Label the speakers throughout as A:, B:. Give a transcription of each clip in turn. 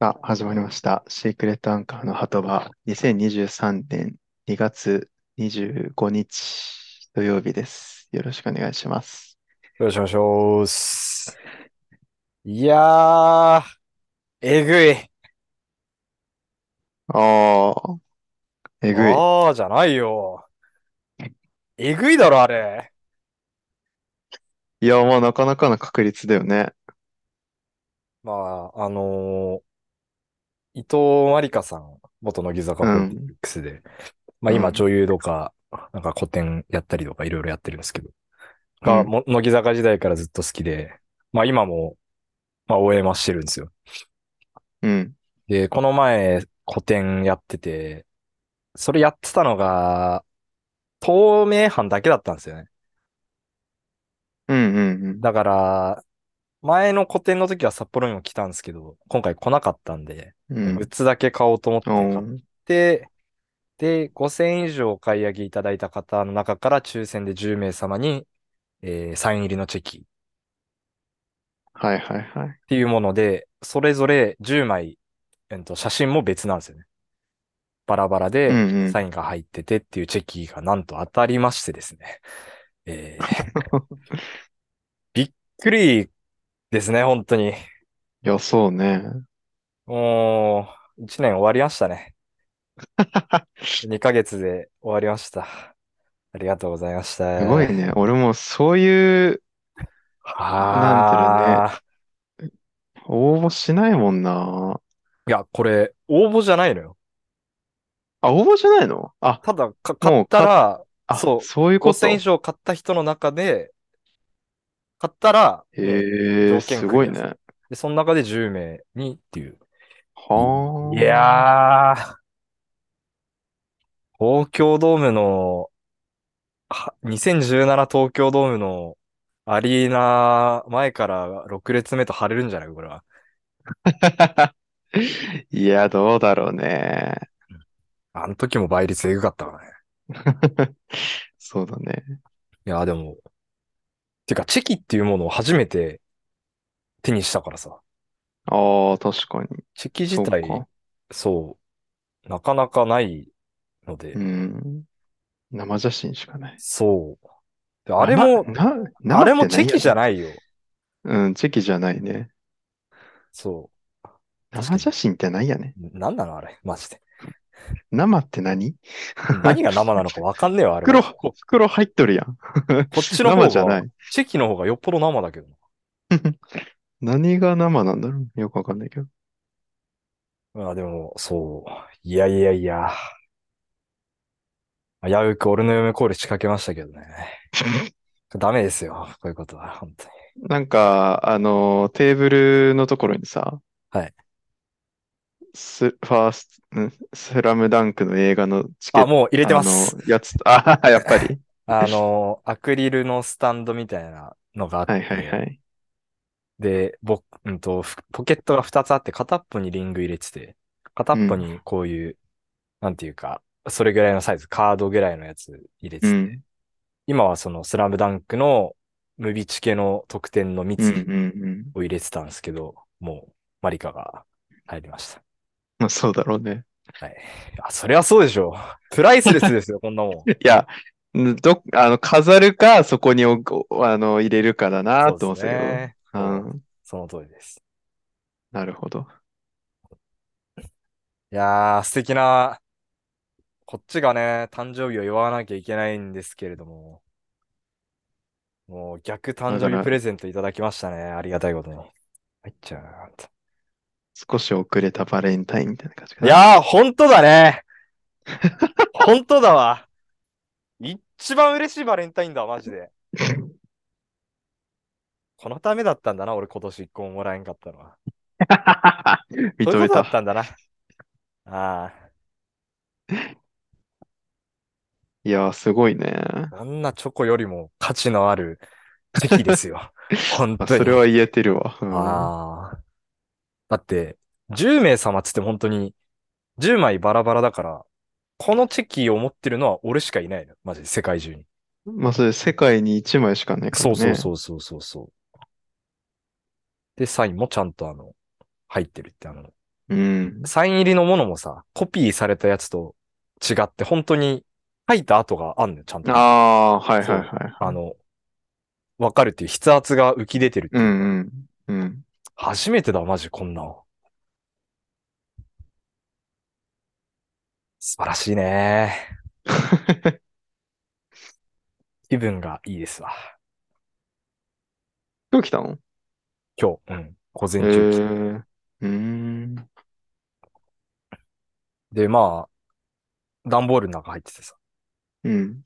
A: あ、始まりました。シークレットアンカーの鳩場、2023年2月25日土曜日です。よろしくお願いします。
B: よろしくお願いします。いやー、えぐい。
A: ああ、えぐい。
B: あー、じゃないよ。えぐいだろ、あれ。
A: いや、まあ、なかなかの確率だよね。
B: まあ、あのー伊藤まりかさん、元乃木坂
A: う
B: ポリテ
A: ん、
B: ィックスで、まあ
A: う
B: 今
A: ん、
B: 女優とか、なんか古典やったりとかいろいろやってるんですけど、
A: う
B: が、
A: ん。
B: も乃木坂時代からずっと好きで、まあ今も、まあ応援はしてるんですよ。
A: うん。
B: で、この前、古典やってて、それやってたのが、東名阪だけだったんですよね。
A: うん、うん、うん。
B: だから、前の個展の時は札幌にも来たんですけど、今回来なかったんで、
A: う
B: グッ
A: ん。
B: ズだけ買おうと思っ
A: う
B: て買っ
A: ん
B: て、で、5000円以上お買い上げいただいた方の中から抽選で10名様に、えーサイン入りのチェキっ
A: はい、はい、はい。
B: ていうもので、それぞれ10枚、えっと、写真も別なんですよね。バラバラ
A: う
B: で
A: ん、う
B: サ
A: ん。
B: インが入っててっていうチェキがなんと当たりましてですね。えー びっくりですね、本当に。
A: いや、そうね。
B: もう、1年終わりまし たね。2ヶ月で終わりました。ありがとうございました。
A: すごいね。俺もそういう、なんていうのね、
B: はあ。
A: 応募しないもんな。
B: いや、これ、応募じゃないのよ。
A: あ、応募じゃないのあ、
B: ただ、か、買っ
A: もう
B: た
A: か、
B: ら、
A: あ、
B: そう、
A: そういうこ
B: 5000以
A: と。
B: 上買った人の中で、買ったら、もう、
A: へえ、
B: 条件
A: す
B: ク
A: ご
B: リ
A: い
B: アする。
A: ね。
B: で、その中で10名にっていう。いい
A: はあ。
B: やー、東京ドームの、は2017東京ドームのアリーナ前から6列目と張れるんじゃないこれは。
A: いや、どうだろうね。
B: あの時も倍率エグかったからね。
A: そうだね。
B: いや、でも、てか、チェキっていうものを初めて手にしたからさ、
A: ああ、確かに。
B: チェキ自
A: そう
B: 体、
A: か。
B: そう、なかなかないの
A: う
B: で、
A: ん。生写真しかない。
B: そう。で、あれ
A: 生、
B: も、
A: な、
B: あ
A: 生
B: れ
A: っ
B: も
A: てな
B: チェ
A: いよ
B: キじゃ
A: ね。
B: ないよ。
A: うん、チェキじゃないね。
B: そう。確
A: 生
B: かに。
A: 写真ってないやね。
B: なんなのあれ、マジで。
A: 生って何
B: 何が生なのかわかんねえわ、あれ
A: 袋、
B: も。こ、
A: 袋入っとるやん。
B: こっちの
A: 生
B: 方
A: じゃな
B: が、
A: い。
B: チェキの方がよっぽど生だけどな。
A: 何が生なんだろうよくわかんないけど。
B: まあでも、そう。いやいやいや、危うく俺の嫁コール仕掛けましたけど ね。ダメですよ、こういうことは、本当に。
A: なんか、あの、テーブルのところにさ、
B: はい。
A: ス、ファースト、んスラムダンクの映画のチケ
B: あ、
A: ット、
B: もう入れて
A: あ
B: ま
A: の、
B: す。
A: やつ、ああ、やっぱ り。
B: あの、アクリルのスタンドみたいなのがあっ
A: はいはいは
B: て、
A: い。
B: で、僕、うんと、ふポケットが2つあって、片っぽにリング入れてて、片
A: う
B: っぽ
A: ん、
B: にこういう、なんていうか、それぐらいのサイズ、カードぐらいのやつ入れ
A: う
B: てて、
A: ん、
B: 今はそのスラムダンクのムビチケの特典の
A: うん、
B: 三
A: う
B: 井
A: ん、うん。
B: を入れてたんですけど、もう、マリカが入りました。
A: まあ、そうだろうね。
B: はい。あ、そりゃそうでしょう。プライスレスですよ、こんなもん。
A: いや、んど、あの、飾るか、そこにお、おあの、入れるかだな
B: そうで
A: と
B: す
A: 思ってたけど。
B: ね。
A: う
B: もう、
A: ん、
B: その通りです。
A: なるほど。
B: いやー、素敵な、こっちがね、誕生日を祝わなきゃいけないんですけれども、もう逆誕
A: だか
B: 生日
A: ら、
B: プレゼントいただきましたね。ありがたいことに。はいっちゃんと。
A: 少し遅れたバレンタインみたいな感じか
B: い
A: な。
B: やー、本当だね。本当だわ。一番嬉しいバレンタインだわ、マジで。このためだったんだな、俺今年一個ももらえんかったのは。そういう
A: 認
B: こ
A: め
B: とだった
A: た。
B: んだな。ああ、
A: いや、すごいね。
B: あんなチョコよりも価値のある時期ですよ。本
A: まあ、
B: 当
A: それ
B: に。
A: は言えてるわ。うん。
B: ああ。だって、10名様っつっても本当に10枚バラバラだから、このチェキを持ってるのは俺しかいないの。マジで世界中に。
A: まあ、それ世界に一枚しかないか
B: そ
A: ら
B: うそう
A: ね。
B: そうそうそうそう。で、サインもちゃんとあの、入ってるってあの、
A: うん。
B: サイン入りのものもさ、コピーされたやつと違って、本当に書いた跡があんのよ、ちゃんと。
A: ああー、はい
B: そう
A: はいはい。
B: あの、わかるっていう筆圧が浮き出てるって
A: う
B: いう。
A: んうん。 うん。
B: 初めてだ、マジこんなの。素晴らしいね。気分がいいですわ。
A: 今日来たの
B: 今日、うん、午
A: え
B: 前中来て
A: ーうーん。
B: で、まあ、段ボールの中入っててさ。
A: うん。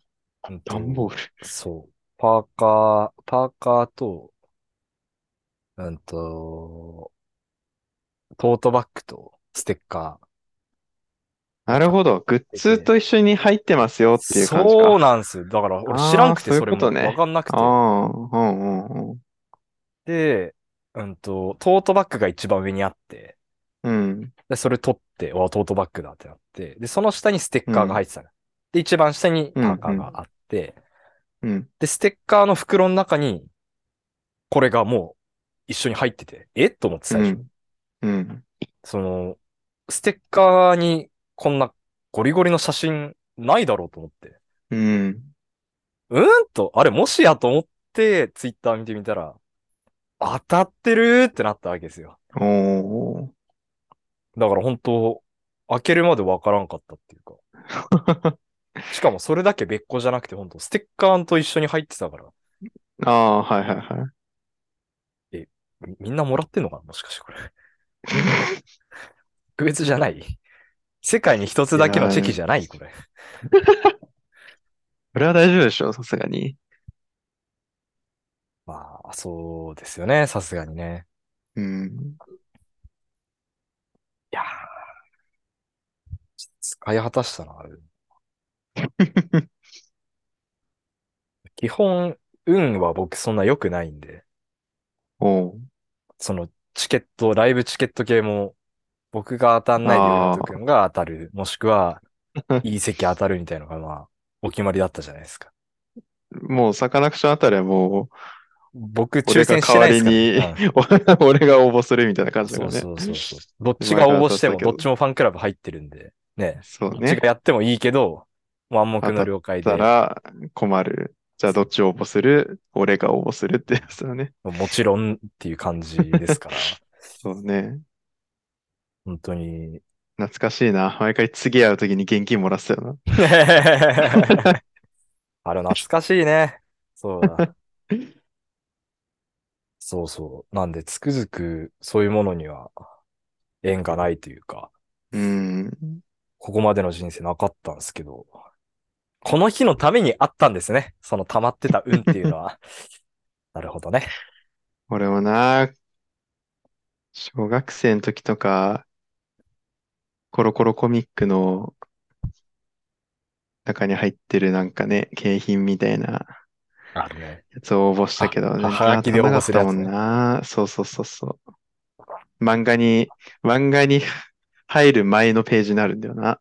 B: うんと
A: 段ボール。
B: そう。パーカー、パーカーと、うんと、トートバッグとステッカ
A: なるほど。グッズと一緒に入ってますよ
B: ー。
A: っていう感じか。
B: そうなんですよ。だから、俺知らんくて、
A: あーそういう
B: それ
A: こと
B: も
A: ね
B: わかんなくて
A: あ。あ、うんうんうん。
B: で、うんと、トートバッグが一番上にあって、
A: うん。
B: で、それ取って、わ、トートバッグだってなって、で、その下にステッカーが入ってたの。で、一番下にパーカーがあって、
A: うん。
B: で、ステッカーの袋の中に、これがもう一緒に入ってて、えと思って最初。
A: うん。
B: その、ステッカーにこんなゴリゴリの写真ないだろうと思って。
A: うん。
B: うーんと、あれもしやと思って、ツイッター見てみたら、当たってるーってなったわけですよ。
A: おー。
B: だから本当、開けるまでわからんかったっていうか。しかもそれだけ別個じゃなくて、本当ステッカーと一緒に入ってたから、
A: ああ、はいはいはい。
B: みみんなもらってんのかなもしかしてこれ。特別じゃない世界に一つだけのチェキじゃないこれ。
A: これは大丈夫でしょさすがに。
B: まあ、そうですよね。さすがにね。
A: うん。
B: いやー使い果たしたな。あれ基本、運は僕そんな良くないんで、
A: おー。
B: そのチケット、ライブチケット系も、僕が当たんないで、
A: あー
B: 浦く君が当たる、もしく は、いい席当たるみたいなのが、まあ、お決まりだったじゃないですか。
A: もうサカナクションあたりはも
B: 僕、抽
A: 俺が
B: 選してないですか
A: 代わ
B: ら、うん
A: りう、 俺俺が応募するみたいな感じだ
B: そ
A: か
B: う
A: らね。
B: そうそうそう。どっちが応募しても、
A: 前から当たったけど
B: どっちもファンクラブ入ってるんで、ね。
A: そう
B: どっち
A: ね。
B: がやってもいいけど、暗黙の了解
A: だ
B: で
A: っ、たら困る。じゃあどっち応募する俺が応募するってやつだね。
B: もちろんっていう感じで すから、
A: そうね。
B: 本当に。
A: 懐かしいな。毎回次会うときに現金もらってたよな。
B: あれ、懐かしいね。そうだ。そうそう。なんで、つくづく、そういうものには縁がないというか、
A: うん。
B: ここまでの人生なかったんですけど、この日のためにあったんですね。その溜まってた運っていうのは。 なるほどね。
A: 俺もな、小学生の時とか、コロコロコミックの中に入ってるなんかね、景品みたいな
B: あるね。
A: やつを応募したけど、全然
B: はがきで
A: 当たん
B: 応
A: なか
B: 募す
A: っ
B: る
A: た
B: やつ
A: も
B: ね
A: んな。そうそうそうそう。漫画に、漫画に 入る前のページになるんだよな。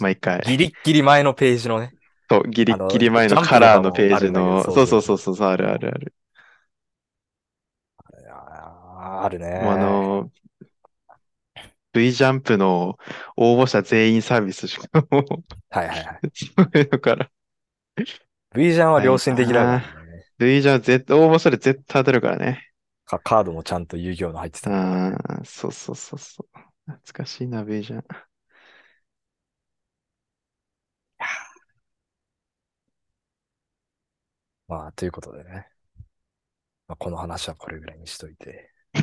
A: 毎回。
B: ギリッギリ前のページのね。
A: そう、ギリッギリ前の
B: あの
A: カラーのページの、
B: ジャンプとかもあるんだけど
A: そうそう
B: そ
A: そううそうそう、あるあるある。
B: あーあるね。
A: もうあの、V ジャンプの応募者全員サービスしかもう、
B: はいはいはい。
A: そういうのから。
B: V ジャンは良心的だからね。
A: V ジャン絶応募者で絶対当たるからね。
B: かカードもちゃんと遊戯王の入ってた。
A: ああ、そうそうそうそう。懐かしいな、V ジャン。
B: まあ、ということでね。まあ、この話はこれぐらいにしと いて。い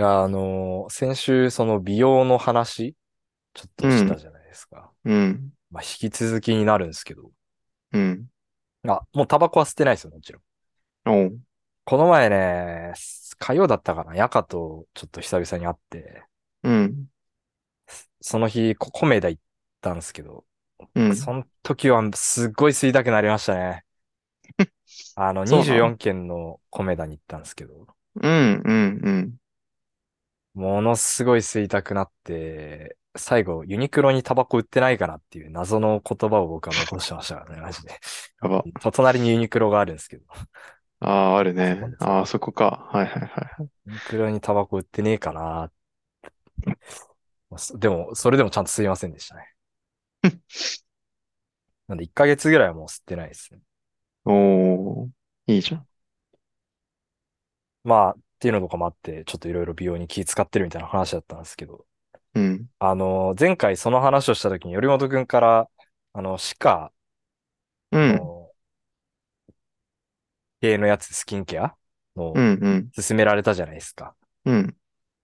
B: や、あのー先週、その美容の話、ちょっとしたじゃないですか。
A: うん、
B: まあ、引き続きになるんですけど。
A: うん。
B: あ、もうタバコは捨てないですよ、もちろん。
A: おう、
B: この前ね、火曜だったかな、ヤカとちょっと久々に会って、
A: うん、
B: その日、こコメダ行ったんですけど、
A: うん。
B: その時はすっごい吸いたくなりました ね。あの、
A: そうなの
B: 24軒のコメダに行ったんですけど、
A: うん、うん、うん。
B: ものすごい吸いたくなって、最後、ユニクロにタバコ売ってないかなっていう謎の言葉を僕は残してましたからね、マジで。
A: やば。
B: と隣にユニクロがあるんですけど、
A: ああ、あるね
B: そうなんで。すよ
A: ああ、そこか。はいはいはい。
B: ユニクロにタバコ売ってねえかなまあそでも、それでもちゃんと吸いませんでしたね。なんで1ヶ月ぐらいはもう吸ってないですね。
A: おー、いいじゃん。
B: まあ、っていうのとかもあって、ちょっといろいろ美容に気使ってるみたいな話だったんですけど、
A: うん。
B: あの、前回その話をした時に、頼本くんから、あの、歯科
A: う
B: の
A: ん。
B: 系のやつ、スキンケアの
A: うん。うん。
B: 勧められたじゃないですか。
A: うん。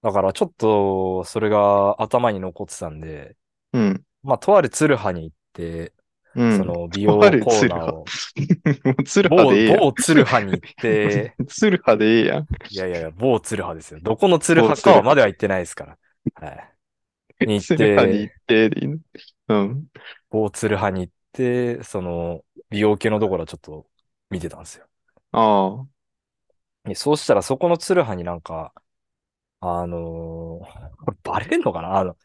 B: だからちょっと、それが頭に残ってたんで、
A: うん。
B: まあ、とあるツルハに行って、
A: うん。
B: その美容
A: とある
B: コー
A: ツル
B: ナ
A: ハ
B: ー を、
A: もうツルハ
B: 某
A: でいいやん。
B: 某ツルハに行 って、
A: ツルハでいいやん。
B: いやいやいや、某ツルハですよ。どこのツルハかはまでは言ってないですから。はい。に 行
A: ツ
B: っ
A: ルハに行
B: て、
A: ってでいいの。うん。
B: 某ツルハに行って、その、美容系のところはちょっと見てたんですよ。
A: ああ。
B: でそうしたらそこのツルハになんか、あのーこれバレんのかなあの、ん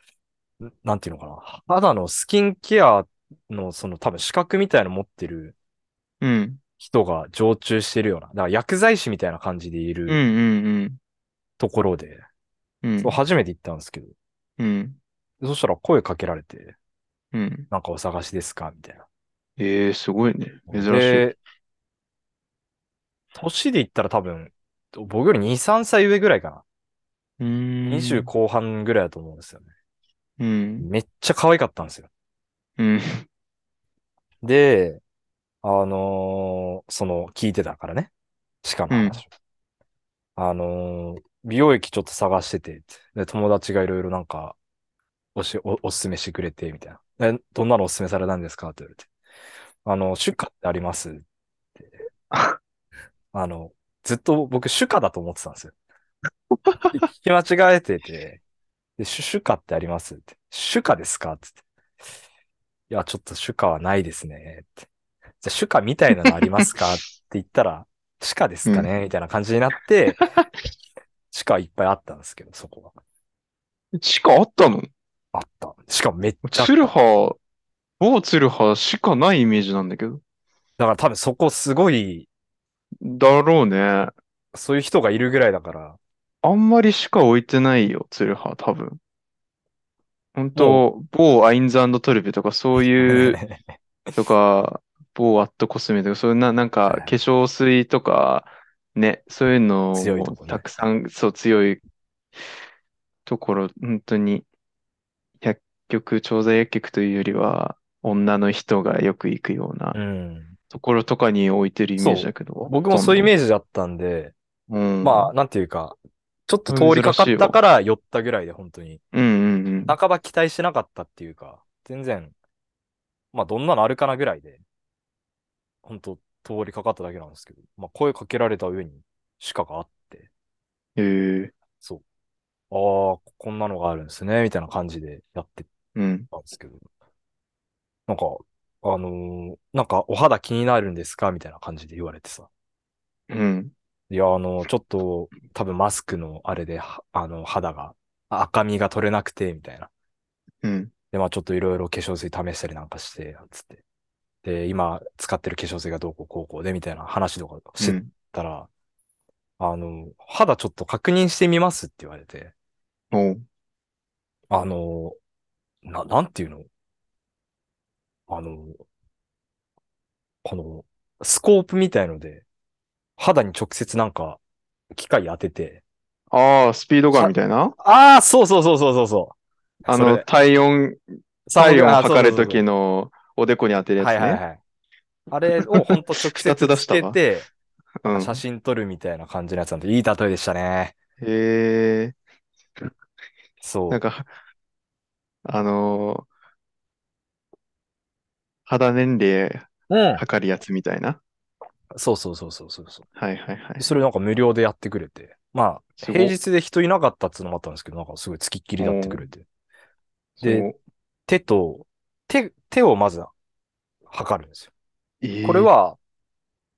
B: なんていうのかな肌のスキンケアのその多分資格みたいの持ってる
A: うん。
B: 人が常駐してるような、だから薬剤師みたいな感じでい
A: うんう
B: る
A: ん
B: ところで、
A: うん。うん
B: そう。初めて行ったんですけど、
A: うん。
B: そしたら声かけられて、
A: うん。
B: なんかお探しですかみたいな。
A: ええ、すごいね。珍しい。
B: で、年で言ったら多分、僕より2、3歳上ぐらいか
A: う
B: な。
A: ん。
B: 20後半ぐらいだと思うんですよね。
A: うん。
B: めっちゃ可愛かったんですよ。
A: うん。
B: で、あのーその、聞いてたからね。しかも話をあのー美容液ちょっと探してて、で、友達がいろいろなんか、おし、お、おすすめしてくれて、みたいな。え、どんなのおすすめされたんですかって言われて。あの、シュカってありますって。あの、ずっと僕、シュカだと思ってたんですよ。で聞き間違えてて、で、シュ、シュカってありますって。シュカですかって言って。いや、ちょっとシュカはないですね。って。じゃあ、シュカみたいなのあります かって言ったら、シカですかね、みたいな感じになって、シカいっぱいあったんですけど、そこが。
A: しかあったの
B: あった。しかもめっちゃあった
A: ツルハ、某ツルハしかないイメージなんだけど。
B: だから多分そこすごい、
A: だろうね。
B: そういう人がいるぐらいだから、
A: あんまりしか置いてないよ、ツルハ、多分。本
B: も
A: 当某アインズトルビとか、そういう、とか、某アットコスメとか、そういうな、なん
B: はい
A: か
B: はい
A: 化粧水とか、ね、そういうの
B: 強いとこ
A: を
B: ね
A: たくさん、そう、強いところ、本当に、薬局、調剤薬局というよりは、女の人がよく行くような
B: うん。
A: ところとかに置いてるイメージだけど、
B: 僕もそういうイ
A: ージ。
B: メージだったんで、
A: うん。
B: まあ、なんていうか、ちょっと通りかかったから寄ったぐらいで、本当に。
A: うんうんうん。
B: 半ば期待してなかったっていうか、全然、まあ、どんなのあるかなぐらいで、本当通りかかっただけなんですけど、まあ、声かけられた上に、鹿があって、
A: へえ
B: そう。ああ、こんなのがあるんですね、みたいな感じでやって
A: うん。
B: たんですけど、なんか、あのーなんかお肌気になるんですかみたいな感じで言われてさ。
A: うん。
B: いや、あの、ちょっと、多分マスクのあれで、はあの、肌が、あ赤みが取れなくて、みたいな。
A: うん。
B: で、まあちょっといろいろ化粧水試したりなんかして、なんつって。で、今使ってる化粧水がどうこうこうこうで、みたいな話とか
A: う
B: して
A: ん。
B: たら、あの、肌ちょっと確認してみますって言われて、
A: おう。
B: あの、な、なんていうのあの、この、スコープみたいので、肌に直接なんか、機械当てて、
A: ああ、スピードガンみたいな
B: ああ、そうそうそうそうそうそう。
A: あ
B: それ
A: の、体温、
B: そう
A: 体温
B: あー
A: 測る
B: そうそうそうそう
A: ときのおでこに当てるやつ
B: はい
A: ね。
B: はいはい。あれをほんと
A: 二
B: 直
A: つ
B: 接
A: 出
B: つ
A: した
B: け
A: わ
B: て、
A: うん。
B: 写真撮るみたいな感じのやつなんで、いい例えでしたね。
A: へえ、
B: そ
A: なん
B: う。
A: か、あのー肌年齢
B: うん。
A: 測るやつみたいな。
B: そうそうそうそうそうそ
A: はいはいは
B: う。
A: い。
B: それなんか無料でやってくれて。まあ、
A: すご
B: 平日で人いなかったっつうのもあったんですけど、なんかすごい付きっきりでやってくれて。で
A: そう
B: 手と、手、手をまず測るんですよ。
A: ええ
B: これ、は、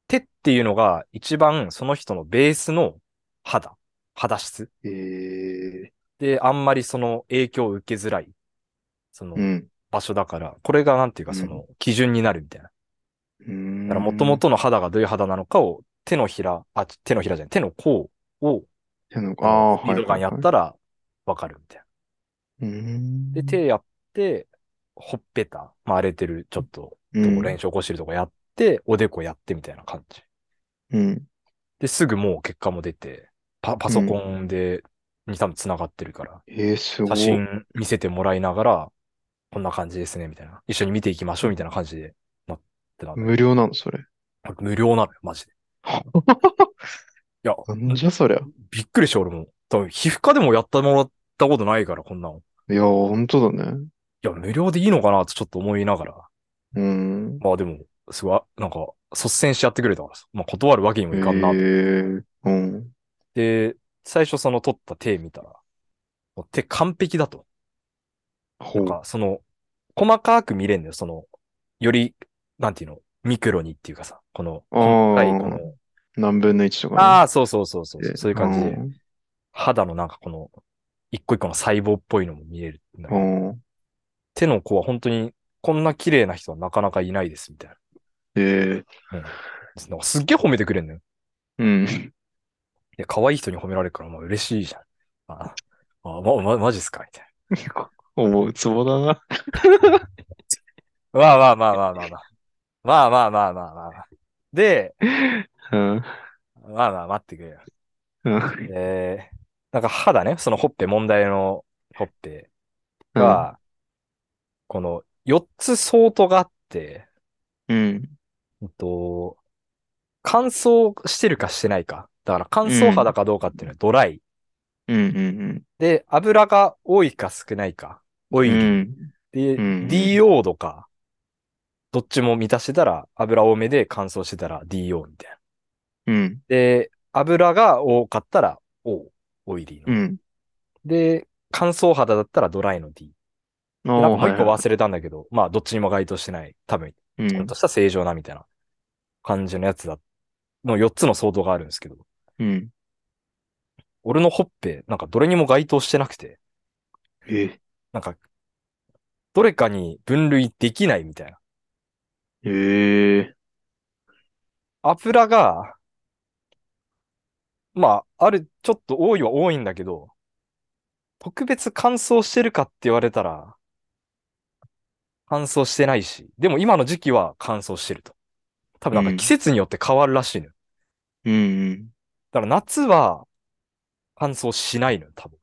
B: 手っていうのが一番その人のベースの肌、肌質。
A: ええ
B: で、あんまりその影響を受けづらい、その
A: うん。
B: 場所だから、これがなんていうか
A: うん
B: その基準になるみたいな。
A: うーん。
B: だから元々の肌がどういう肌なのかを手のひら、あ、手のひらじゃない、手の甲を、
A: 手の、
B: あの
A: ああ
B: スピードガンや
A: はいはい
B: っ
A: はい
B: たらわかるみたいな。
A: うーん。
B: で、手やって、ほっぺた、まあ、荒れてる、ちょっと、
A: う
B: と
A: ん
B: こ練習起こしてるとこやって、おでこやってみたいな感じ。
A: うん。
B: で、すぐもう結果も出て、パ、パソコンで、に多分繋がってるから、
A: えー、すご
B: 写
A: い。
B: 真見せてもらいながら、こんな感じですね、みたいな。一緒に見ていきましょう、みたいな感じで、なってなって
A: 無料なの、それ。
B: 無料なのよ、マジで。いや、
A: なんじゃそりゃ。
B: びっくりして、俺も。多分、皮膚科でもやってもらったことないから、こんなの。
A: いや、ほんとだね。
B: いや、無料でいいのかなってちょっと思いながら。
A: うん。
B: まあでも、すごい、なんか、率先してやってくれたからさ。まあ断るわけにもいかんなと
A: え
B: 思っ
A: ー、うん。
B: て。で、最初その取った手見たら、もう手完璧だと。
A: ほ
B: なん
A: う。
B: か、その、細かく見れんのよ。その、より、なんていうの、ミクロにっていうかさ、この、
A: あー
B: 細かいこの、
A: 何分の1とかね。
B: ああ、そうそうそうそうそう、そういう感じで、
A: う
B: 肌のなんかこの、一個一個の細胞っぽいのも見えるんだけど。
A: ん。うん
B: 手の子は本当に、こんな綺麗な人はなかなかいないです、みたいな。
A: えー、
B: なんかすっげえ褒めてくれんのよ。
A: うん。
B: で、可愛い人に褒められるから、まあ嬉しいじゃん。あ、あま、ま、マジっすかみたい
A: 思うツボだな。
B: な。まあまあまあまあまあまあ。まあまあまあまあまあまあ。で、
A: うん。
B: まあまあ待ってくれよ。
A: うん。
B: えー、なんか肌ね、そのほっぺ、問題のほっぺが、この4つ相当があって、
A: うん。
B: うんと、乾燥してるかしてないか。だから乾燥肌かどうかっていうのはドライ。
A: うん。うん。
B: で、油が多いか少ないか。オイ
A: う
B: リー。
A: ん。
B: で、
A: うんうん
B: DO とか、どっちも満たしてたら、油多めで乾燥してたら DO みたいな。
A: うん。
B: で、油が多かったら O、オイリー
A: う
B: の。
A: ん。
B: で、乾燥肌だったらドライの D。
A: あ
B: で
A: あ
B: なんかもう一個
A: はいはい
B: 忘れたんだけど、まあどっちにも該当してない。多分、
A: うん
B: ちゃんとした正常なみたいな感じのやつだ。の4つの相当があるんですけど、
A: うん。
B: 俺のほっぺ、なんかどれにも該当してなくて、
A: え、
B: なんか、どれかに分類できないみたいな。
A: ええ。
B: 油が、まあ、ある、ちょっと多いは多いんだけど、特別乾燥してるかって言われたら、乾燥してないし、でも今の時期は乾燥してると。多分なん
A: うん
B: か季節によって変わるらしいのよ。
A: うん。
B: だから夏は乾燥しないのよ、多分。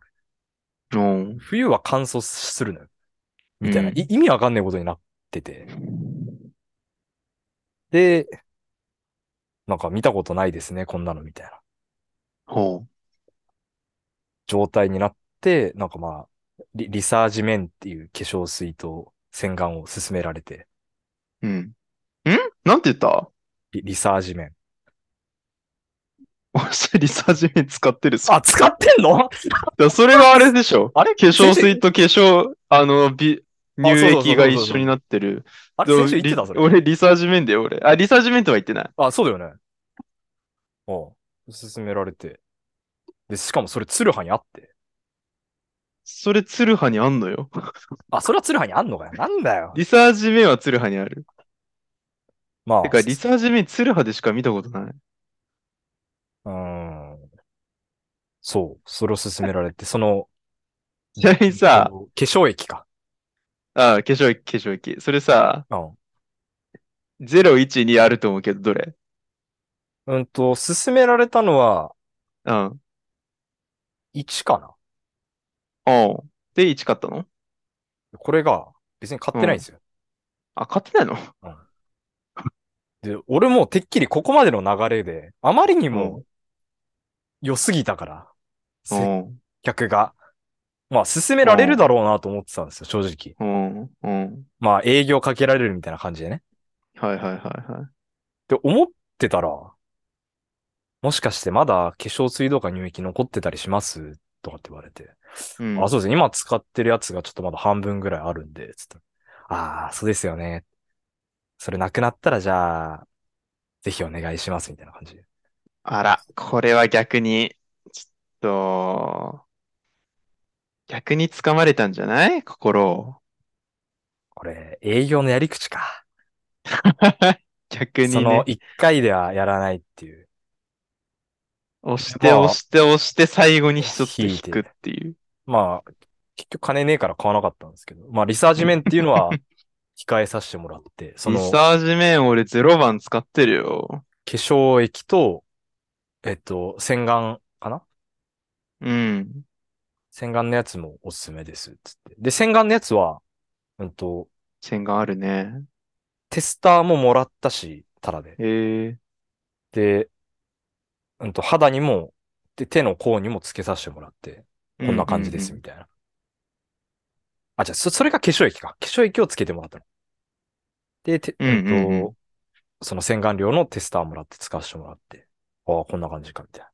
A: うん。
B: 冬は乾燥するのよ。みたいな。
A: うん
B: い意味わかんないことになってて。で、なんか見たことないですね、こんなのみたいな。
A: ほ
B: 状態になって、なんかまあ、リ、リサージメンっていう化粧水と洗顔を勧められて、
A: う。うん。んなんて言った
B: リ、リサージメン。
A: 俺、それリサージメン使ってる。そ
B: あ、使ってんの
A: だそれがあれでしょ
B: あれ
A: 化粧
B: 先生
A: 水と化 粧、あの、美、乳液が一緒になってる。
B: あれ、先週言ってたそ
A: リ
B: れ。
A: 俺、リサージメンだよ、俺。あ、リサージメントは言ってない。
B: あ、そうだよね。おう勧められて。で、しかもそれ、ツルハにあって。
A: それ、ツルハにあんのよ。
B: あ、それはツルハにあんのかよ。なんだよ。
A: リサージメンはツルハにある。
B: まあ、
A: てか、リサージメン、ツルハでしか見たことない。
B: うーん。そう、それを勧められて、その、
A: ちなみにさ
B: あの、化粧液か。
A: あ、化粧液、化粧液。それさ、
B: うん。
A: 0、1、2あると思うけど、どれ
B: うんと、勧められたのは、
A: うん。うん。
B: 1かな。
A: で、1買ったの
B: これが別に買ってないんですよ。
A: あ、買ってないの
B: で、俺もてっきりここまでの流れで、あまりに
A: う
B: も良すぎたから、接
A: うん。
B: 客が。まあ、勧められるだろうなと思ってたんですよ、正直。
A: うん。うん。
B: まあ、営業かけられるみたいな感じでね。
A: はいはいはいは
B: って思ってたら、もしかしてまだ化粧水とか乳液残ってたりしますとかって言われて。
A: い。うん。
B: あ、そうですね。今使ってるやつがちょっとまだ半分ぐらいあるんで、つって。ああ、そうですよね。それなくなったらじゃあ、ぜひお願いします、みたいな感じで。
A: あら、これは逆に、ちょっと、逆につかまれたんじゃない心 を。
B: これ、営業のやり口か。
A: 逆に
B: その
A: ね、
B: 一回ではやらないっていう。
A: 押して
B: まあ
A: 押して押して最後に一つ引くっていう。
B: まあ、結局金ねえから買わなかったんですけど、まあリサージメンっていうのは控えさせてもらって、そ
A: リ
B: の化
A: サージメン俺0番使ってるよ。
B: 粧液と、えっと、洗顔かな
A: うん。
B: 洗顔のやつもおすすめです。つって。で、洗顔のやつは、うんと、
A: 線があるね。
B: テスターももらったし、タダで。
A: え
B: で、うんと、肌にも、で、手の甲にもつけさせてもらって、
A: ー、
B: こんな感じです、
A: うんうんうん
B: みたいな。あ、じゃあ、そ、それが化粧液か。化粧液をつけてもらったの。で、て、
A: うん
B: うんと、
A: うんうん
B: その洗顔料のテスターもらって使わせてもらって、ああ、こんな感じか、みたいな。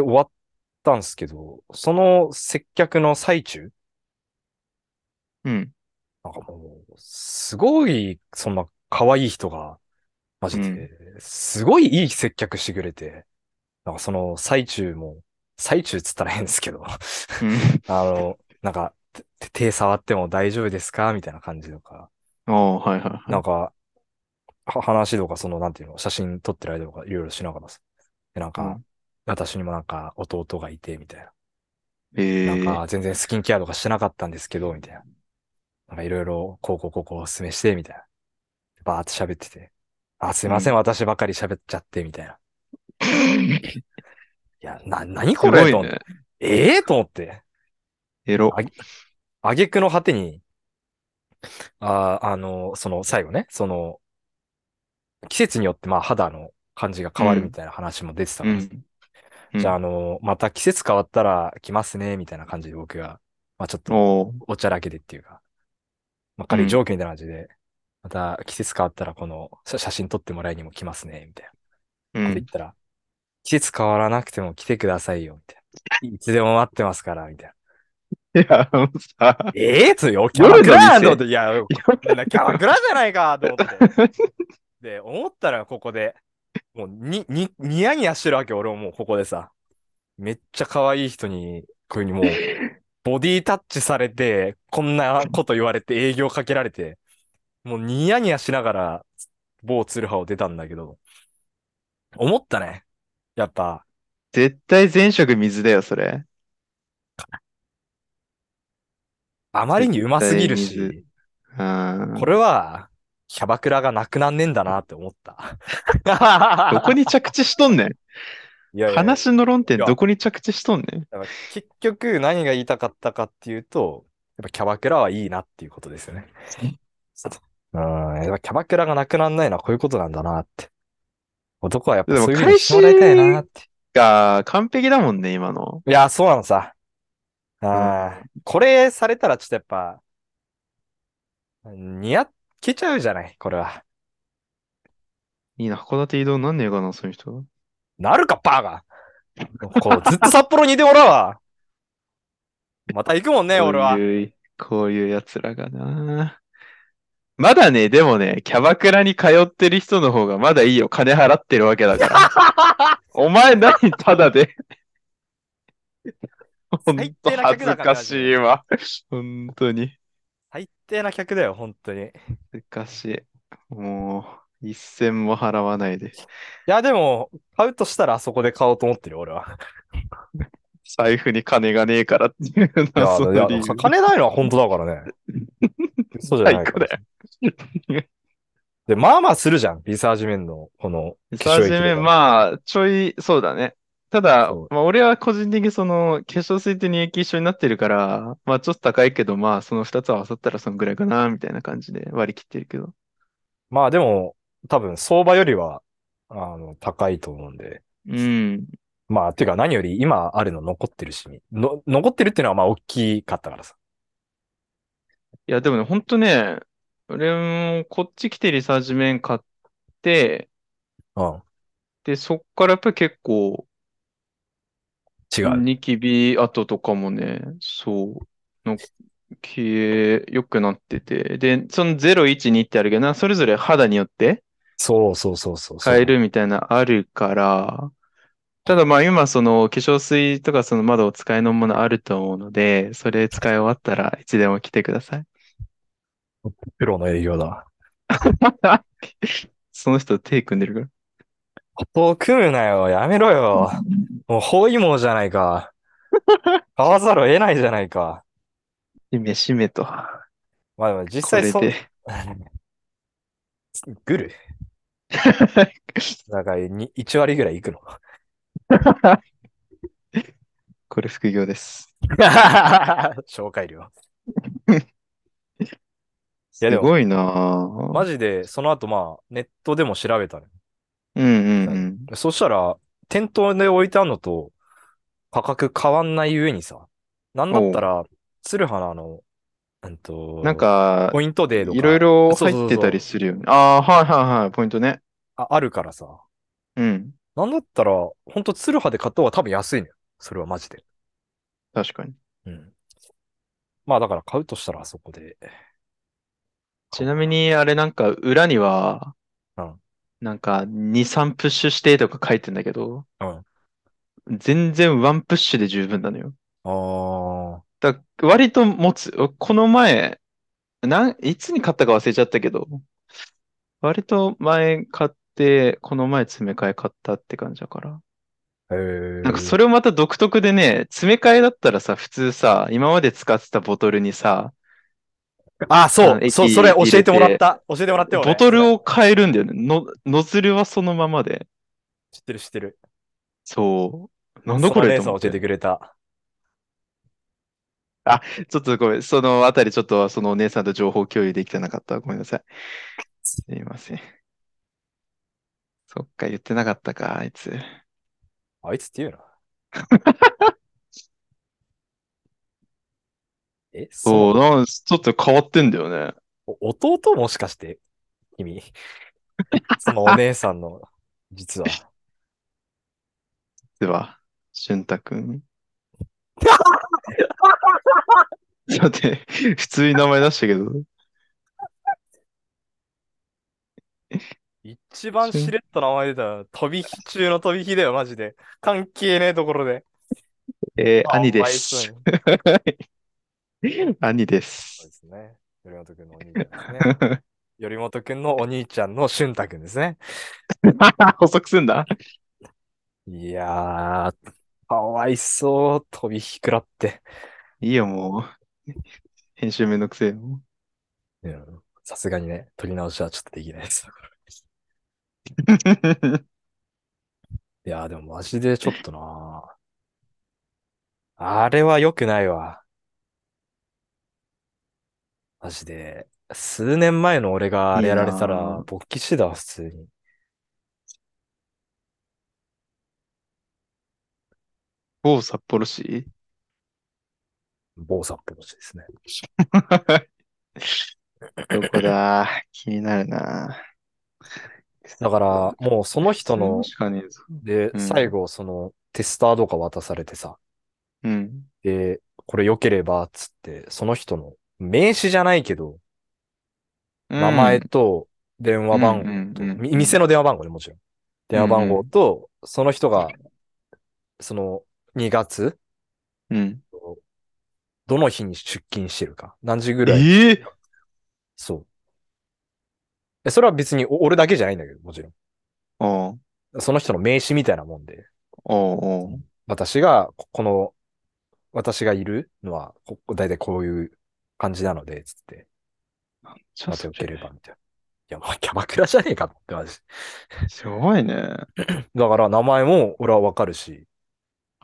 B: で、終わったんすけど、その接客の最中、
A: うん。
B: なんかもう、すごい、そんな可愛い人が、マジ
A: う
B: で
A: ん、
B: すごいいい接客してくれて、なんかその最中も、最中っつったら変ですけど、あの、なんか、てて手触っても大丈夫ですかみたいな感じとか、
A: うん。おーはいはいはい。
B: なんか、は話とか、その、なんていうの、写真撮ってる間とか、いろいろしながらさ。で、なんか、
A: うん
B: 私にもなんか、弟がいて、みたいな。
A: え
B: なん
A: ー、
B: か、全然スキンケアとかしてなかったんですけど、みたいな。なんか、いろいろ、こうこうこうこうおすすめして、みたいな。バーって喋ってて。あ、すいません、私ばかり喋っちゃって、みたいな。いや、な、何
A: す
B: これ
A: ご
B: と
A: い
B: 思っ
A: ね
B: て。。ええと思って。
A: エロ。
B: 挙句の果てに、あー、あの、その最後ね、その、季節によってまあ肌の感じが変わるみたいな話も出てた
A: うん
B: です。
A: ん。
B: じゃあ、
A: あ、
B: あの、また季節変わったら来ますね、みたいな感じで僕が、まあちょっと
A: おー
B: おちゃらけでっていうか、まあ軽いジョークみたいな感じで、また季節変わったらこの写写真撮ってもらいにも来ますね、みたいな。
A: う
B: って言
A: ん。
B: ったら、季節変わらなくても来てくださいよ、みたいな。いつでも待ってますから、みたいな。
A: いや、もうさ、
B: ええとよ、キャバクラやんと
A: 夜の店
B: 思って、いや、なキャバクラじゃないかと思って。で、思ったらここで、もうに、に、ニヤニヤしてるわけ、俺ももうここでさ。めっちゃ可愛い人に、こういうふうにもう、ボディタッチされて、こんなこと言われて営業かけられて、もうニヤニヤしながら、某ツルハを出たんだけど、思ったね。やっぱ、
A: 絶対前職水だよ、それ。
B: あまりにうますぎる
A: 絶対水
B: し、
A: うん。
B: これは、キャバクラがなくなんねえんだなって思った。
A: どこに着地しとんねん。
B: いやいや
A: 話の論点
B: いや
A: どこに着地しとんねん。
B: だから結局何が言いたかったかっていうと、やっぱキャバクラはいいなっていうことですよね。うん、やっぱキャバクラがなくならないのはこういうことなんだなって。男はやっぱそういうふうにしてもらいたいなって。
A: が、完璧だもんね、今の。
B: いや、そうなのさ。あーこれされたらちょっとやっぱ、似合っけちゃうじゃない、これは。
A: いいな、函館移動なんねえかな、そういう人。
B: なるか、バーが。こうずっと札幌にいてもらうわ。また行くもんね、俺は
A: こう。いう、こういう奴らがな。まだね、でもね、キャバクラに通ってる人の方がまだいいよ。金払ってるわけだ から。お前何ただで。ほん
B: 最
A: と
B: 低な
A: 恥
B: 客
A: ず
B: だから
A: か
B: な
A: しいわ。本当に。
B: 最低な客だよ、本当に。
A: 恥ずかしい。もう、一銭も払わないで。
B: いや、でも、買うとしたらあそこで買おうと思ってるよ、俺は。
A: 財布に金がねえからっていう
B: いや、
A: 謎の理由
B: 金ないのは本当だからね。そうじゃな
A: 最
B: いか
A: 高
B: ら
A: だよ。
B: で、まあまあするじゃん、リサージメンの、この、
A: リサージ面、
B: あ。
A: まあ、ちょい、そうだね。ただ
B: そう、
A: まあ、俺は個人的にその、化粧水と乳液一緒になってるから、まあ、ちょっと高いけど、まあ、その2つ合わさったらそのぐらいかな、みたいな感じで割り切ってるけど。
B: まあでも、多分、相場よりは、あの、高いと思うんで。
A: うん。
B: まあ、ていうか何より今あるの残ってるし、の、残ってるっていうのはまあ大きかったからさ。
A: いや、でもね、ほんとね、俺も、こっち来てリサージ面買って、
B: うん。
A: で、そっからやっぱり結構、
B: 違う。
A: ニキビ跡とかもね、そう、の消え、良くなってて、で、その0、1、2ってあるけどな、それぞれ肌によって、
B: そうそうそうそうそう。
A: 変えるみたいなあるから、ただまあ今その化粧水とかそのまだお使いのものあると思うので、それ使い終わったらいつでも来てください。
B: プロの営業だ。
A: その人手組んでるから。
B: ことを組むなよ。やめろよ。もう包囲網じゃないか。買わざるを得ないじゃないか。
A: しめしめと。
B: まあでも実
A: こ
B: 際
A: れ
B: そん、
A: で。
B: グルだからに1割ぐらいい くの。
A: これ副業です。
B: 紹介料。いや
A: す
B: でも
A: ごいなぁ
B: マジで、その後まあ、ネットでも調べたのよ
A: うんうんうん。
B: そしたら、店頭で置いてあるのと、価格変わんない上にさ、なんだったら、鶴花のあの、うんと、
A: なん、か、
B: ポイントデーとか、
A: いろいろ
B: そうそうそ
A: 入
B: う
A: ってたりするよね。ああ、はいはいはい、ポイントね。
B: ああるからさ、
A: うん、
B: なんだったら、ほんと鶴葉で買った方が多分安いのよ。それはマジで。
A: 確かに。
B: うん。まあだから買うとしたらあそこで。
A: ちなみに、あれなんか、裏には
B: うん、
A: なんか、2、3プッシュしてとか書いてんだけど
B: うん、
A: 全然ワンプッシュで十分なのよ。
B: ああ。
A: だ割と持つ。この前、なん、いつに買ったか忘れちゃったけど、割と前買って、この前詰め替え買ったって感じだから。
B: へえ。
A: なんかそれをまた独特でね、詰め替えだったらさ、普通さ、今まで使ってたボトルにさ、
B: あ、そ
A: うん
B: う、そう、
A: 液
B: それ
A: 入れて
B: 教えてもらった。教えてもらったよ、ね。
A: ボトルを変えるんだよね。の、ノズルはそのままで。
B: 知ってる、知ってる。
A: そう。なんだこれと思
B: その姉
A: っ
B: さん教えて
A: て。
B: くれた。
A: ちょっとごめん。そのあたり、ちょっとそのお姉さんと情報共有できてなかった。ごめんなさい。すいません。そっか、言ってなかったか、あいつ。
B: あいつって言う な。え、
A: そう、
B: う。
A: なんちょっと変わってんだよね。
B: お弟もしかして、君。そのお姉さんの、実は。
A: では、俊太くん。だって、普通に名前出したけど。
B: 一番しれっと名前出たの、飛び火中の飛び火だよ、マジで。関係ねえところで。
A: えー
B: あ
A: 兄で
B: かわいそう
A: す。
B: に
A: 兄で
B: そう
A: す
B: で。すね。頼元くんのお兄ちゃんですね。頼元くんのお兄ちゃんの俊太くんですね。
A: 補足すんだ。
B: いやー、かわいそう、飛び火くらって。
A: いいよ、もう。編集めんどくせえよ。
B: うんさすがにね、取り直しはちょっとできないです。いやー、でもマジでちょっとなー。あれは良くないわ。マジで、数年前の俺があれやられた
A: いいな
B: ら
A: ー、
B: 勃起してたわ、普通に。
A: 某札幌市
B: 某札幌市ですね。
A: どこだ気になるな。
B: だから、もうその人の、
A: 確かに。
B: で、
A: うん
B: 最後、その、テスターとか渡されてさ、
A: うん。
B: で、これ良ければ、つって、その人の名刺じゃないけど、名前と電話番
A: うん
B: 号と、
A: うんうん
B: み店の電話番号ね、もちろん。電話番号と、その人が、その2月、
A: うん。うん。
B: どの日に出勤してるか、何時ぐらい、
A: ええ
B: そう。えそれは別にお俺だけじゃないんだけど、もちろ。
A: おうん
B: その人の名刺みたいなもんで、
A: おうおう
B: 私が、ここの、私がいるのは、ここ大体こういう感じなので、つって、
A: ちょ
B: ま
A: ったと
B: よければ、みたいな。いや、もうキャバクラじゃねえかってマジ。
A: すごいね。
B: だから名前も俺はわかるし、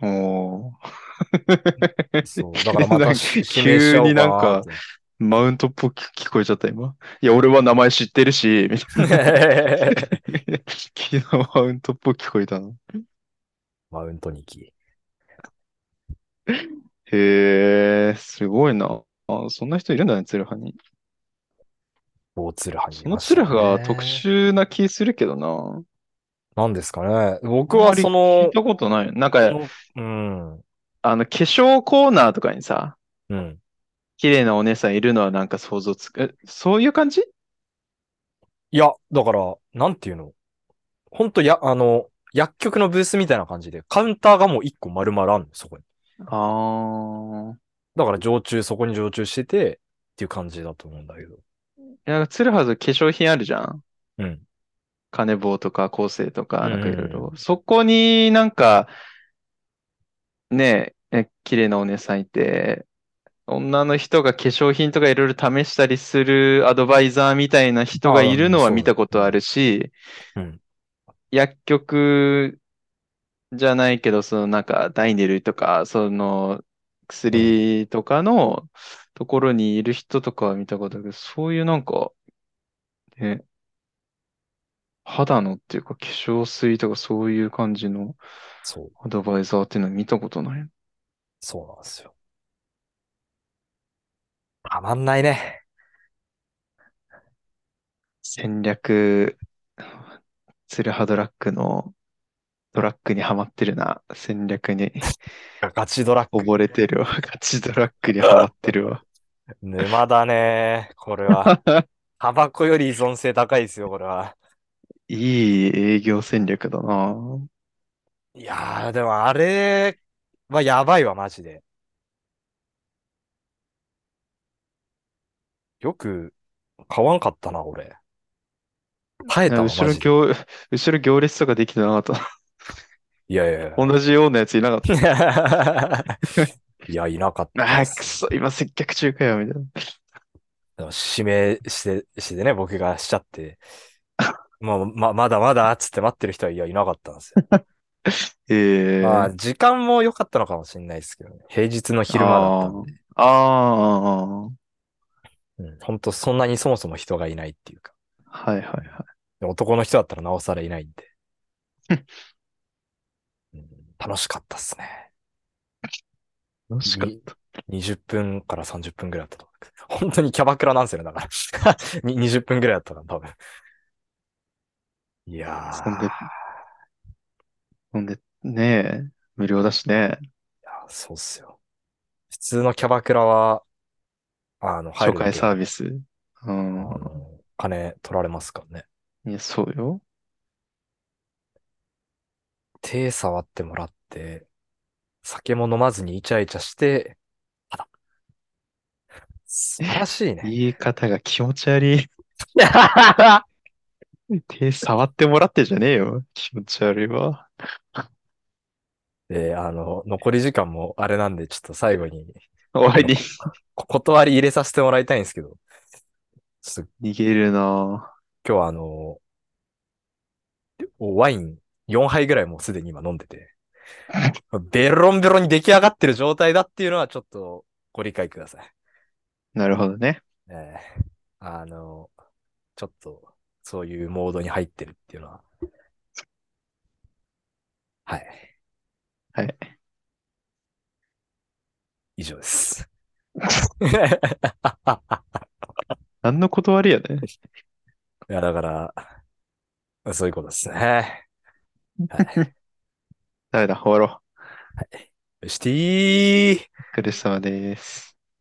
A: おー
B: そう、だから ま
A: なん
B: た
A: か
B: し指名しちゃおうかなって
A: マウントっぽく聞こえちゃった、今。いや、俺は名前知ってるし、みたいな。 昨日マウントっぽく聞こえたの。
B: マウントニキ。
A: へえ、すごいな。あ、そんな人いるんだね、ツルハに。
B: 大ツルハにい
A: その
B: まし
A: ツ
B: たね
A: ルハが特。殊な気するけどな。
B: なんですかね。僕はそ
A: 聞
B: の
A: い、たことない。なん
B: そ
A: か、
B: のうん、
A: あの、化粧コーナーとかにさ、
B: うん。
A: 綺麗なお姉さんいるのはなんか想像つく。えそういう感じ
B: いや、だから、なんていうの。ほんとや、あの、薬局のブースみたいな感じで、カウンターがもう一個丸々あるの、そこに。
A: あー。
B: だから常駐、そこに常駐してて、っていう感じだと思うんだけど。
A: なんか、ツルハと化粧品あるじゃん。
B: うん。
A: 金棒とか構成とか、
B: うん
A: な
B: うんん
A: かいろいろ。そこになんか、ねえ綺麗なお姉さんいて、女の人が化粧品とかいろいろ試したりするアドバイザーみたいな人がいるのは見たことあるし
B: うん、
A: 薬局じゃないけど、そのなんかダイネルとか、その薬とかのところにいる人とかは見たことあるけど、そういうなんか、ね、肌のっていうか化粧水とかそういう感じの
B: そう、
A: アドバイザーっていうのは見たことない。
B: そうなんですよ。たまんないね。
A: 戦略ツルハドラッグのドラッグにはまってるな。戦略に
B: ガチドラッグ。
A: 溺れてるわ。 ガチドラッグにはまってるわ。
B: 沼だね。これ は。タバコより依存性高いですよ、これは。
A: いい営業戦略だな。
B: いやー、でもあれはやばいわ、マジで。よく買わんかったな、俺。耐えたわ、マ
A: 後ろ
B: ジで。
A: 行、後ろ行列とかできてなかった。
B: いやいや いや。
A: 同じようなやついなかった。
B: いや、いなかっ
A: あ
B: たっ
A: あ、
B: す
A: くそ、今接客中かよ、みたいな。
B: でも指名して、してね、僕がしちゃって。もう、ま、まだまだ、つって待ってる人は、いや、いなかったんですよ。
A: ええ
B: まあ、時間も良かったのかもしれないですけどね。平日の昼間だったんで。
A: ああ、
B: うん、本当そんなにそもそも人がいないっていうか。
A: はいはいはい。
B: で男の人だったらなおさらいないんで。うん楽しかったっすね。
A: 楽しかった。
B: 20分から30分ぐらいだったと思う。本当にキャバクラなんですよね、だから。 に20分ぐらいだったな、多分。いや
A: そんで
B: ー、
A: ほんで、ねえ、無料だしね。
B: そうっすよ。普通のキャバクラは、あの、入
A: 紹
B: るだ
A: 介
B: け
A: サービス。う
B: あ
A: ん。
B: の金取られますからね。
A: いや、そうよ。
B: 手触ってもらって、酒も飲まずにイチャイチャして、あら。素晴らしいね。
A: 言い方が気持ち悪 い。手触ってもらってじゃねえよ。気持ち悪いわ。
B: で、あの、残り時間もあれなんで、ちょっと最後に、
A: 終わりに
B: こ断り入れさせてもらいたいんですけど、ちょっと
A: 逃げるな
B: 今日はあの、ワイン4杯ぐらいもうすでに今飲んでて、ベロンベロンに出来上がってる状態だっていうのはちょっとご理解ください。
A: なるほどね。
B: ええ あの、ちょっとそういうモードに入ってるっていうのは。はい。
A: はい。
B: 以上です。
A: 何の断りやね。
B: いや、だから、そういうことですね。は
A: ダメだ、終わろ
B: い。シティー
A: う。お疲れ様です。